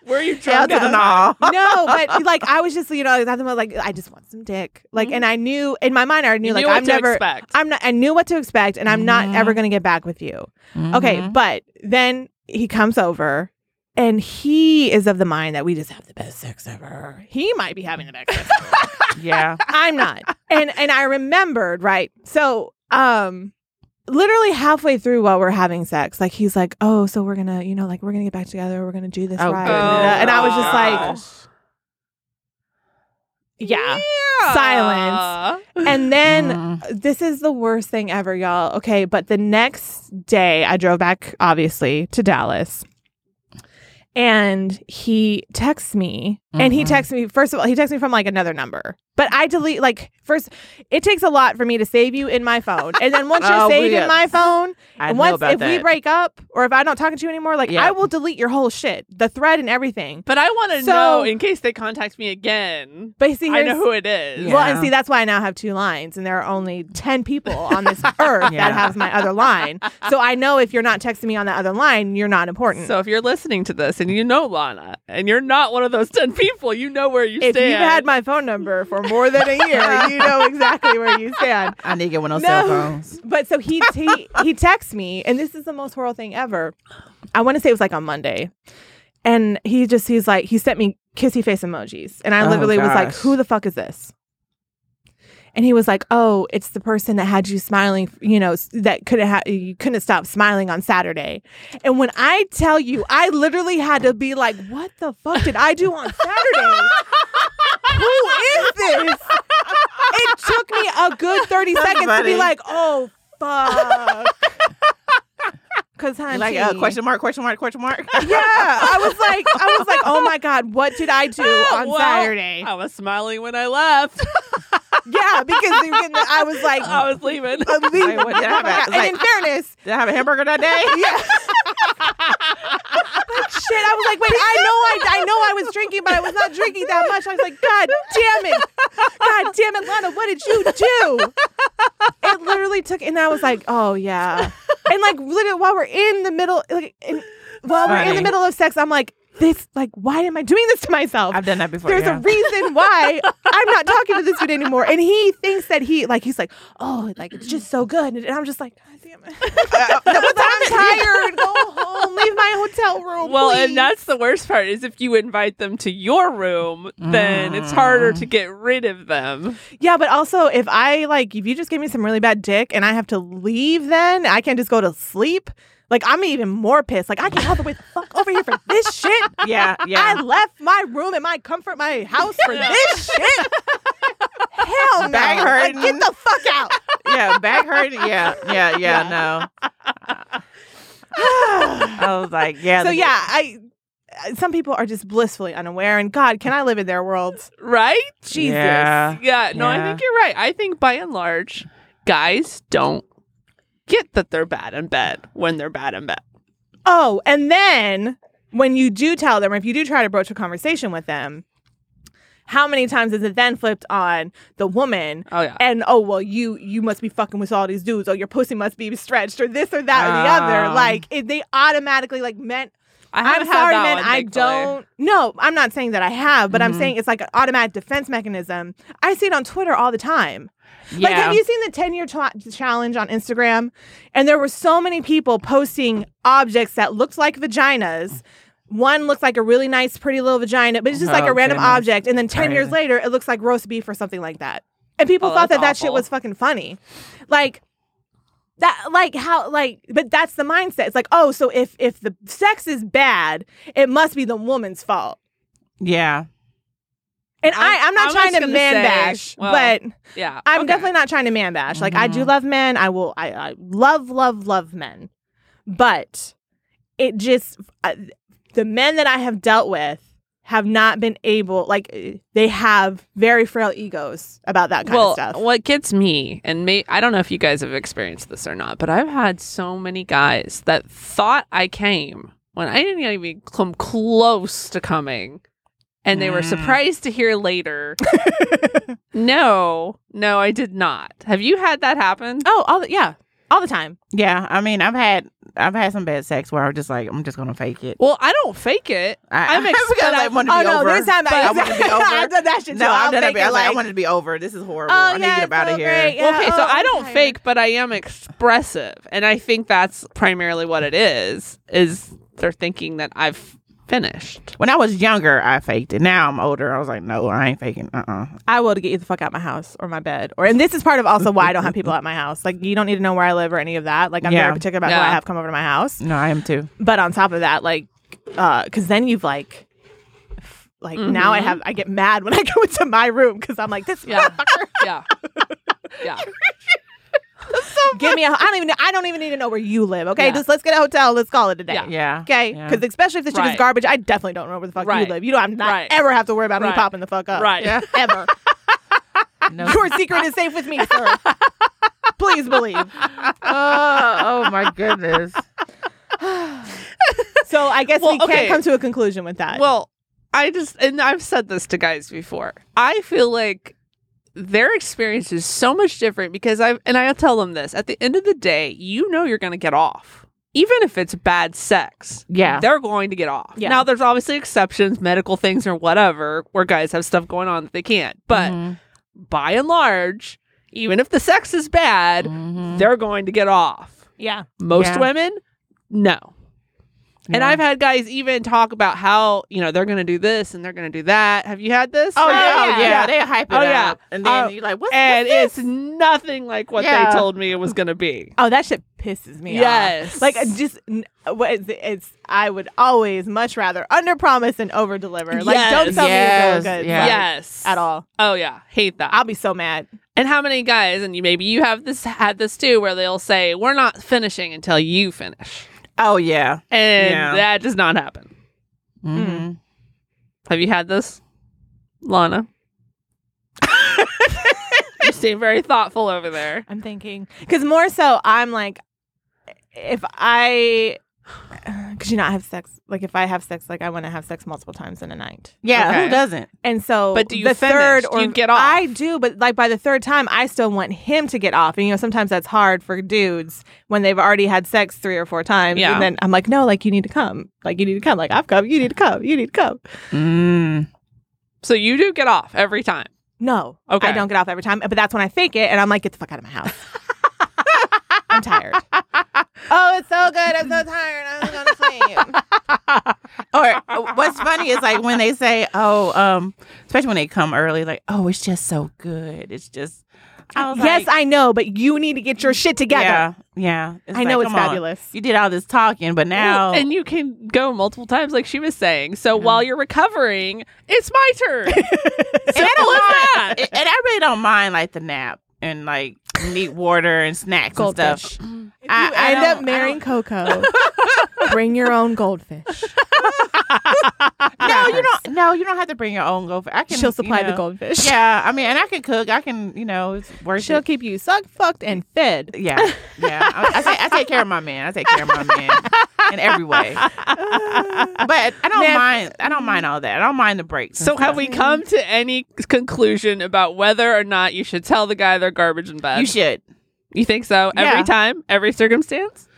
[SPEAKER 3] Where you
[SPEAKER 5] Shout
[SPEAKER 3] drunk?
[SPEAKER 5] out to them all.
[SPEAKER 4] no, but like I was just you know at the moment like I just want some dick, like,
[SPEAKER 5] Mm-hmm.
[SPEAKER 4] and I knew in my mind I knew
[SPEAKER 3] You
[SPEAKER 4] like
[SPEAKER 3] knew what
[SPEAKER 4] I'm
[SPEAKER 3] to
[SPEAKER 4] never
[SPEAKER 3] expect.
[SPEAKER 4] I'm not I knew what to expect, and I'm not
[SPEAKER 5] Mm-hmm.
[SPEAKER 4] ever gonna get back with you. Okay,
[SPEAKER 5] Mhm.
[SPEAKER 4] but then he comes over and he is of the mind that we just have the best sex ever. He might be having the best sex. ever.
[SPEAKER 5] yeah,
[SPEAKER 4] I'm not. And and I remembered, right? So, um literally halfway through while we're having sex, like he's like, "Oh, so we're going to, you know, like we're going to get back together. We're going to do this
[SPEAKER 5] Oh,
[SPEAKER 4] right."
[SPEAKER 5] goodness. Oh,
[SPEAKER 4] and I was just like,
[SPEAKER 3] Gosh.
[SPEAKER 4] yeah. Silence. And then
[SPEAKER 5] Mm.
[SPEAKER 4] this is the worst thing ever, y'all. Okay, but the next day I drove back, obviously, to Dallas. And he texts me, and he
[SPEAKER 5] Mhm. Mm-hmm.
[SPEAKER 4] texts me, first of all, he texts me from like another number. But I delete like first. It takes a lot for me to save you in my phone, and then once you're
[SPEAKER 5] Oh,
[SPEAKER 4] saved
[SPEAKER 5] yes.
[SPEAKER 4] in my phone,
[SPEAKER 5] I
[SPEAKER 4] and
[SPEAKER 5] know
[SPEAKER 4] once
[SPEAKER 5] about
[SPEAKER 4] if we
[SPEAKER 5] that.
[SPEAKER 4] break up or if I'm not talking to you anymore, like
[SPEAKER 5] Yeah.
[SPEAKER 4] I will delete your whole shit, the thread and everything.
[SPEAKER 3] But I want to
[SPEAKER 4] So-
[SPEAKER 3] know in case they contact me again.
[SPEAKER 4] But see,
[SPEAKER 3] I know
[SPEAKER 4] here's-
[SPEAKER 3] who it is.
[SPEAKER 5] Yeah.
[SPEAKER 4] Well, and see, that's why I now have two lines, and there are only 10 people on this earth
[SPEAKER 5] Yeah.
[SPEAKER 4] that has my other line. So I know if you're not texting me on that other line, you're not important.
[SPEAKER 3] So if you're listening to this and you know Lana and you're not one of those 10 people, you know where you
[SPEAKER 4] if
[SPEAKER 3] stand.
[SPEAKER 4] you've had my phone number for more than a year, you know exactly where you stand.
[SPEAKER 5] I need to get one of those
[SPEAKER 4] No.
[SPEAKER 5] cell phones.
[SPEAKER 4] But so he, he he texts me, and this is the most horrible thing ever. I want to say it was like on Monday, and he just he's like he sent me kissy face emojis, and I
[SPEAKER 5] Oh,
[SPEAKER 4] literally was like,
[SPEAKER 5] gosh.
[SPEAKER 4] "Who the fuck is this?" And he was like, "Oh, it's the person that had you smiling, you know, s- that could have you couldn't stop smiling on Saturday." And when I tell you, I literally had to be like, "What the fuck did I do on Saturday?" Who is this? It took me a good 30 seconds to
[SPEAKER 5] funny.
[SPEAKER 4] be like, oh, fuck. Because, honey.
[SPEAKER 5] Like uh, question mark, question mark, question mark.
[SPEAKER 4] Yeah. I was like, I was like, oh my God, what did I do on
[SPEAKER 3] Well,
[SPEAKER 4] Saturday?
[SPEAKER 3] I was smiling when I left.
[SPEAKER 4] Yeah, because you can- I was like,
[SPEAKER 3] I was leaving.
[SPEAKER 4] believe-
[SPEAKER 5] Wait, what did Oh, I have? It's
[SPEAKER 4] and in
[SPEAKER 5] like,
[SPEAKER 4] fairness,
[SPEAKER 5] did I have a hamburger that day?
[SPEAKER 4] yeah. Like, Shit, I was like, wait, I know I, I know I was drinking, but I was not drinking that much. I was like, God damn it. God damn it, Lana, what did you do? It literally took and I was like, oh yeah. And like literally while we're in the middle like in, while we're in
[SPEAKER 5] Funny.
[SPEAKER 4] the middle of sex, I'm like, this like why am I doing this to myself?
[SPEAKER 5] I've done that before.
[SPEAKER 4] There's
[SPEAKER 5] yeah.
[SPEAKER 4] a reason why I'm not talking to this dude anymore. And he thinks that he like he's like, oh, like it's just so good. And I'm just like, God damn
[SPEAKER 5] Uh,
[SPEAKER 4] it. But I'm tired. Go home. Leave my hotel room.
[SPEAKER 3] Well,
[SPEAKER 4] please."
[SPEAKER 3] and that's the worst part is if you invite them to your room, then it's harder to get rid of them.
[SPEAKER 4] yeah, but also if I like if you just gave me some really bad dick and I have to leave then, I can't just go to sleep. Like I'm even more pissed. Like I came all the way the fuck over here for this shit.
[SPEAKER 5] yeah, yeah.
[SPEAKER 4] I left my room and my comfort, my house for this shit. Hell no.
[SPEAKER 5] Back
[SPEAKER 4] Like, get
[SPEAKER 5] hurting.
[SPEAKER 4] the fuck out.
[SPEAKER 5] yeah, back hurt. Yeah, yeah, yeah, No, I was like, yeah.
[SPEAKER 4] so
[SPEAKER 5] the-
[SPEAKER 4] yeah, I I- uh, some people are just blissfully unaware and god, can I live in their world?
[SPEAKER 3] Right?
[SPEAKER 4] Jesus.
[SPEAKER 5] Yeah.
[SPEAKER 3] Uh, Yeah. No, I
[SPEAKER 5] Yeah.
[SPEAKER 3] think you're right. I think by and large, guys don't get that they're bad in bed when they're bad in bed.
[SPEAKER 4] Oh, and then when you do tell them, or if you do try to broach a conversation with them, how many times is it then flipped on the woman?
[SPEAKER 5] Uh.
[SPEAKER 3] Oh yeah.
[SPEAKER 4] And oh well, you you must be fucking with all these dudes, or your pussy must be stretched, or this or that or the
[SPEAKER 5] Oh.
[SPEAKER 4] other. Like it, they automatically like meant.
[SPEAKER 3] I
[SPEAKER 4] I'm
[SPEAKER 3] have had
[SPEAKER 4] sorry,
[SPEAKER 3] that
[SPEAKER 4] man.
[SPEAKER 3] one,
[SPEAKER 4] I
[SPEAKER 3] thankfully. Mm-hmm.
[SPEAKER 4] don't. No, I'm not saying that I have, but I'm saying it's like an automatic defense mechanism. I see it on Twitter all the time.
[SPEAKER 5] yeah.
[SPEAKER 4] Like, have you seen the 10 year challenge on Instagram? And there were so many people posting objects that looked like vaginas. One looks like a really nice, pretty little vagina, but it's just like
[SPEAKER 5] Oh,
[SPEAKER 4] a random
[SPEAKER 5] goodness.
[SPEAKER 4] object. And then 10 years
[SPEAKER 5] Crazy.
[SPEAKER 4] later, it looks like roast beef or something like that. And people
[SPEAKER 3] Oh,
[SPEAKER 4] thought that
[SPEAKER 3] that's
[SPEAKER 4] that shit
[SPEAKER 3] awful.
[SPEAKER 4] was fucking funny. Like, that like how like but that's the mindset it's like oh so if if the sex is bad it must be the woman's fault
[SPEAKER 5] Yeah.
[SPEAKER 3] I'm-
[SPEAKER 4] and i i'm not
[SPEAKER 3] I was
[SPEAKER 4] trying to
[SPEAKER 3] gonna
[SPEAKER 4] man
[SPEAKER 3] say,
[SPEAKER 4] bash
[SPEAKER 3] well,
[SPEAKER 4] but
[SPEAKER 3] Yeah. okay.
[SPEAKER 4] I'm
[SPEAKER 3] Mm-hmm.
[SPEAKER 4] definitely not trying to man bash. Like I do love men. I will. I, I love, love, love men. But it just I, the men that I have dealt with have not been able. Like eh, they have very frail egos about that kind
[SPEAKER 3] well,
[SPEAKER 4] of stuff.
[SPEAKER 3] what gets me, and may, I don't know if you guys have experienced this or not, but I've had so many guys that thought I came when I didn't even come close to coming, and they were
[SPEAKER 5] Mm.
[SPEAKER 3] surprised to hear later. no, no, I did not. Have you had that happen?
[SPEAKER 4] oh, all the, yeah, all the time.
[SPEAKER 5] Yeah. I mean, I've had I've had some bad sex where I'm just like, I'm just gonna fake it.
[SPEAKER 3] Well, I don't fake it.
[SPEAKER 5] I,
[SPEAKER 3] I'm
[SPEAKER 5] I
[SPEAKER 3] ex-
[SPEAKER 5] because
[SPEAKER 3] but
[SPEAKER 5] I
[SPEAKER 3] I'm-
[SPEAKER 5] want to be
[SPEAKER 4] oh no,
[SPEAKER 5] over.
[SPEAKER 4] this time
[SPEAKER 5] I want to be
[SPEAKER 4] I've
[SPEAKER 5] over.
[SPEAKER 4] done that shit.
[SPEAKER 5] No,
[SPEAKER 4] too.
[SPEAKER 5] I've
[SPEAKER 4] I'll
[SPEAKER 5] done that.
[SPEAKER 4] fake
[SPEAKER 5] bit. I
[SPEAKER 4] it
[SPEAKER 5] was like, I
[SPEAKER 4] like,
[SPEAKER 5] wanted to be over. This is horrible.
[SPEAKER 4] Oh,
[SPEAKER 5] I need
[SPEAKER 4] yeah,
[SPEAKER 5] to get
[SPEAKER 4] it's
[SPEAKER 5] up out
[SPEAKER 4] so
[SPEAKER 5] of here.
[SPEAKER 4] great. Yeah,
[SPEAKER 3] okay,
[SPEAKER 4] oh,
[SPEAKER 3] so
[SPEAKER 4] I'm
[SPEAKER 3] I don't
[SPEAKER 4] tired.
[SPEAKER 3] fake, but I am expressive, and I think that's primarily what it is. Is they're thinking that I've finished.
[SPEAKER 5] When I was younger, I faked it. Now I'm older. I was like, no, I ain't faking. Uh uh
[SPEAKER 4] I will to get you the fuck out of my house or my bed. Or and this is part of also why I don't have people at my house. Like you don't need to know where I live or any of that. Like I'm
[SPEAKER 5] Yeah.
[SPEAKER 4] very particular about who
[SPEAKER 3] Yeah.
[SPEAKER 4] I have come over to my house.
[SPEAKER 5] No, I am too.
[SPEAKER 4] But on top of that, like, uh, because then you've like, f- like
[SPEAKER 5] Mm-hmm.
[SPEAKER 4] now I have I get mad when I go into my room because I'm like this.
[SPEAKER 3] Yeah, yeah, yeah.
[SPEAKER 4] Give me a. I don't even. I don't even need to know where you live. Okay,
[SPEAKER 3] Yeah.
[SPEAKER 4] just let's get a hotel. Let's call it a day.
[SPEAKER 3] Yeah.
[SPEAKER 5] Yeah.
[SPEAKER 4] Okay,
[SPEAKER 5] Yeah.
[SPEAKER 4] because especially if the chicken's
[SPEAKER 3] Right.
[SPEAKER 4] garbage, I definitely don't know where the fuck
[SPEAKER 3] Right.
[SPEAKER 4] you live. You don't I'm not
[SPEAKER 3] Right.
[SPEAKER 4] ever have to worry about me
[SPEAKER 3] Right.
[SPEAKER 4] popping the fuck up.
[SPEAKER 3] Right.
[SPEAKER 4] ever.
[SPEAKER 5] No.
[SPEAKER 4] Your secret is safe with me, sir. Please believe.
[SPEAKER 5] oh, oh my goodness.
[SPEAKER 4] So I guess
[SPEAKER 3] Well,
[SPEAKER 4] we can't
[SPEAKER 3] okay.
[SPEAKER 4] come to a conclusion with that.
[SPEAKER 3] Well, I just and I've said this to guys before. I feel like their experience is so much different because I and I tell them this at the end of the day, you know you're going to get off. Even if it's bad sex,
[SPEAKER 5] Yeah.
[SPEAKER 3] they're going to get off.
[SPEAKER 4] Yeah.
[SPEAKER 3] Now, there's obviously exceptions, medical things or whatever, where guys have stuff going on that they can't. But
[SPEAKER 5] Mhm.
[SPEAKER 3] by and large, even if the sex is bad,
[SPEAKER 4] Mm-hmm.
[SPEAKER 5] Mhm.
[SPEAKER 3] they're going to get off.
[SPEAKER 4] yeah.
[SPEAKER 3] Most
[SPEAKER 5] Yeah.
[SPEAKER 3] women, no. And
[SPEAKER 5] Yeah.
[SPEAKER 3] I've had guys even talk about how, you know, they're going to do this and they're going to do that. Have you had this?
[SPEAKER 5] Oh,
[SPEAKER 4] Oh,
[SPEAKER 5] yeah,
[SPEAKER 4] yeah.
[SPEAKER 5] oh, yeah. They hype it
[SPEAKER 3] Oh, yeah.
[SPEAKER 5] up. And then
[SPEAKER 3] Oh,
[SPEAKER 5] you're like, what's,
[SPEAKER 3] And
[SPEAKER 5] what's
[SPEAKER 3] it's nothing like what
[SPEAKER 5] Yeah.
[SPEAKER 3] they told me it was going to be.
[SPEAKER 4] Oh, that shit pisses me off.
[SPEAKER 3] yes.
[SPEAKER 4] Like I just n- what is it? it's I would always much rather under promise and over deliver. Like don't
[SPEAKER 3] Yes.
[SPEAKER 4] tell
[SPEAKER 5] Yes.
[SPEAKER 4] me it's all good
[SPEAKER 5] Yeah.
[SPEAKER 4] like,
[SPEAKER 3] yes.
[SPEAKER 4] at all.
[SPEAKER 3] Oh, yeah. Hate that.
[SPEAKER 4] I'll be so mad.
[SPEAKER 3] and how many guys, and you, maybe you have this, had this too, where they'll say, we're not finishing until you finish.
[SPEAKER 5] Oh, yeah.
[SPEAKER 3] And
[SPEAKER 5] Yeah.
[SPEAKER 3] that does not happen.
[SPEAKER 5] Mhm.
[SPEAKER 3] Have you had this, Lana? you seem very thoughtful over there.
[SPEAKER 4] I'm thinking because more so I'm like, if I, because you know I have sex. Like if I have sex, like I want to have sex multiple times in a night.
[SPEAKER 5] Yeah.
[SPEAKER 3] Okay.
[SPEAKER 5] Who doesn't?
[SPEAKER 4] And so,
[SPEAKER 3] But do you
[SPEAKER 4] the
[SPEAKER 3] finish?
[SPEAKER 4] third
[SPEAKER 3] Do
[SPEAKER 4] or
[SPEAKER 3] you get off?
[SPEAKER 4] I do, but like by the third time, I still want him to get off. And you know, sometimes that's hard for dudes when they've already had sex three or four times.
[SPEAKER 3] Yeah.
[SPEAKER 4] And then I'm like, no, like you need to come. Like you need to come. Like I've come. You need to come. You need to come.
[SPEAKER 5] Mm.
[SPEAKER 3] So you do get off every time.
[SPEAKER 4] No,
[SPEAKER 3] Okay.
[SPEAKER 4] I don't get off every time. But that's when I fake it, and I'm like, get the fuck out of my house. I'm tired. oh, it's so good. I'm so tired. I'm gonna sleep.
[SPEAKER 5] Or what's funny is like when they say, oh, um, especially when they come early, like, oh, it's just so good. It's just, I was
[SPEAKER 4] yes,
[SPEAKER 5] like,
[SPEAKER 4] I know, but you need to get your shit together.
[SPEAKER 5] Yeah. Yeah.
[SPEAKER 4] I know
[SPEAKER 5] like,
[SPEAKER 4] it's
[SPEAKER 5] come on.
[SPEAKER 4] fabulous.
[SPEAKER 5] You did all this talking, but now.
[SPEAKER 3] And you can go multiple times, like she was saying. So while you're recovering, it's my turn.
[SPEAKER 5] and, I
[SPEAKER 3] Simple as
[SPEAKER 5] don't
[SPEAKER 3] that.
[SPEAKER 5] mind, and I really don't mind like the nap and like neat water and snacks and
[SPEAKER 4] Goldfish.
[SPEAKER 5] stuff.
[SPEAKER 4] If
[SPEAKER 5] I-
[SPEAKER 4] you
[SPEAKER 5] I
[SPEAKER 4] end
[SPEAKER 5] don't-
[SPEAKER 4] up marrying Coco, bring your own goldfish.
[SPEAKER 5] No, you don't. No, you don't have to bring your own goldfish. I can.
[SPEAKER 4] She'll
[SPEAKER 5] you
[SPEAKER 4] supply the
[SPEAKER 5] know-
[SPEAKER 4] goldfish.
[SPEAKER 5] Yeah, I mean, and I can cook. I can, you know, it's worth
[SPEAKER 4] She'll
[SPEAKER 5] it.
[SPEAKER 4] keep you suck, fucked, and fed.
[SPEAKER 5] Yeah, yeah. I, I, take, I take care of my man. I take care of my man in every way. But I don't
[SPEAKER 4] Now-
[SPEAKER 5] mind. I don't mind all that. I don't mind the breaks. and
[SPEAKER 3] so have
[SPEAKER 5] stuff.
[SPEAKER 3] we come to any conclusion about whether or not you should tell the guy they're garbage and bad?
[SPEAKER 5] You should.
[SPEAKER 3] You think so?
[SPEAKER 5] Yeah.
[SPEAKER 3] Every time, every circumstance?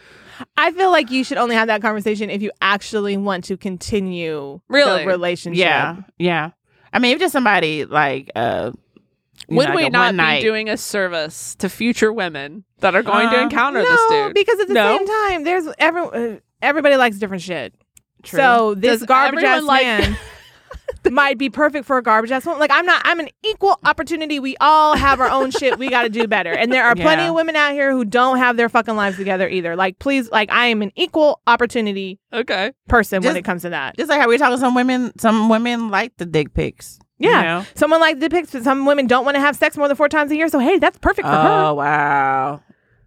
[SPEAKER 4] I feel like you should only have that conversation if you actually want to continue
[SPEAKER 3] Really?
[SPEAKER 4] the relationship.
[SPEAKER 5] Yeah, yeah. I mean, if just somebody like, uh, you
[SPEAKER 3] Would
[SPEAKER 5] know, like
[SPEAKER 3] we
[SPEAKER 5] a
[SPEAKER 3] not
[SPEAKER 5] one
[SPEAKER 3] be
[SPEAKER 5] night-
[SPEAKER 3] doing a service to future women that are going to
[SPEAKER 5] Uh,
[SPEAKER 3] encounter
[SPEAKER 4] no,
[SPEAKER 3] this dude?
[SPEAKER 4] because at the
[SPEAKER 3] No?
[SPEAKER 4] same time, there's every, uh, everybody likes different shit.
[SPEAKER 5] True.
[SPEAKER 4] So this
[SPEAKER 3] Does
[SPEAKER 4] garbage ass
[SPEAKER 3] everyone like-
[SPEAKER 4] man might be perfect for a garbage ass woman. Like I'm not. I'm an equal opportunity. We all have our own shit. We got to do better. And there are plenty
[SPEAKER 5] Yeah.
[SPEAKER 4] of women out here who don't have their fucking lives together either. Like please, like I am an equal opportunity
[SPEAKER 3] okay.
[SPEAKER 4] person when
[SPEAKER 5] Just-
[SPEAKER 4] it comes to that.
[SPEAKER 5] Just like how we were talking, some women, some women like the dick pics. you
[SPEAKER 4] Yeah.
[SPEAKER 5] know?
[SPEAKER 4] Someone like the pics, but some women don't want to have sex more than four times a year. So hey, that's perfect for
[SPEAKER 5] Oh
[SPEAKER 4] her.
[SPEAKER 5] wow.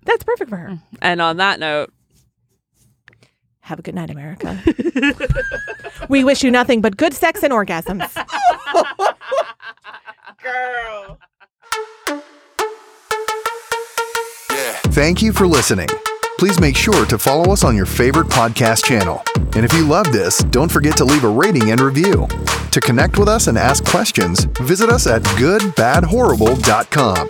[SPEAKER 4] That's perfect for her.
[SPEAKER 3] And on that note,
[SPEAKER 4] Have a good night, America. we wish you nothing but good sex and orgasms.
[SPEAKER 1] Thank you for listening. Please make sure to follow us on your favorite podcast channel. And if you love this, don't forget to leave a rating and review. To connect with us and ask questions, visit us at goodbadhorrible.com.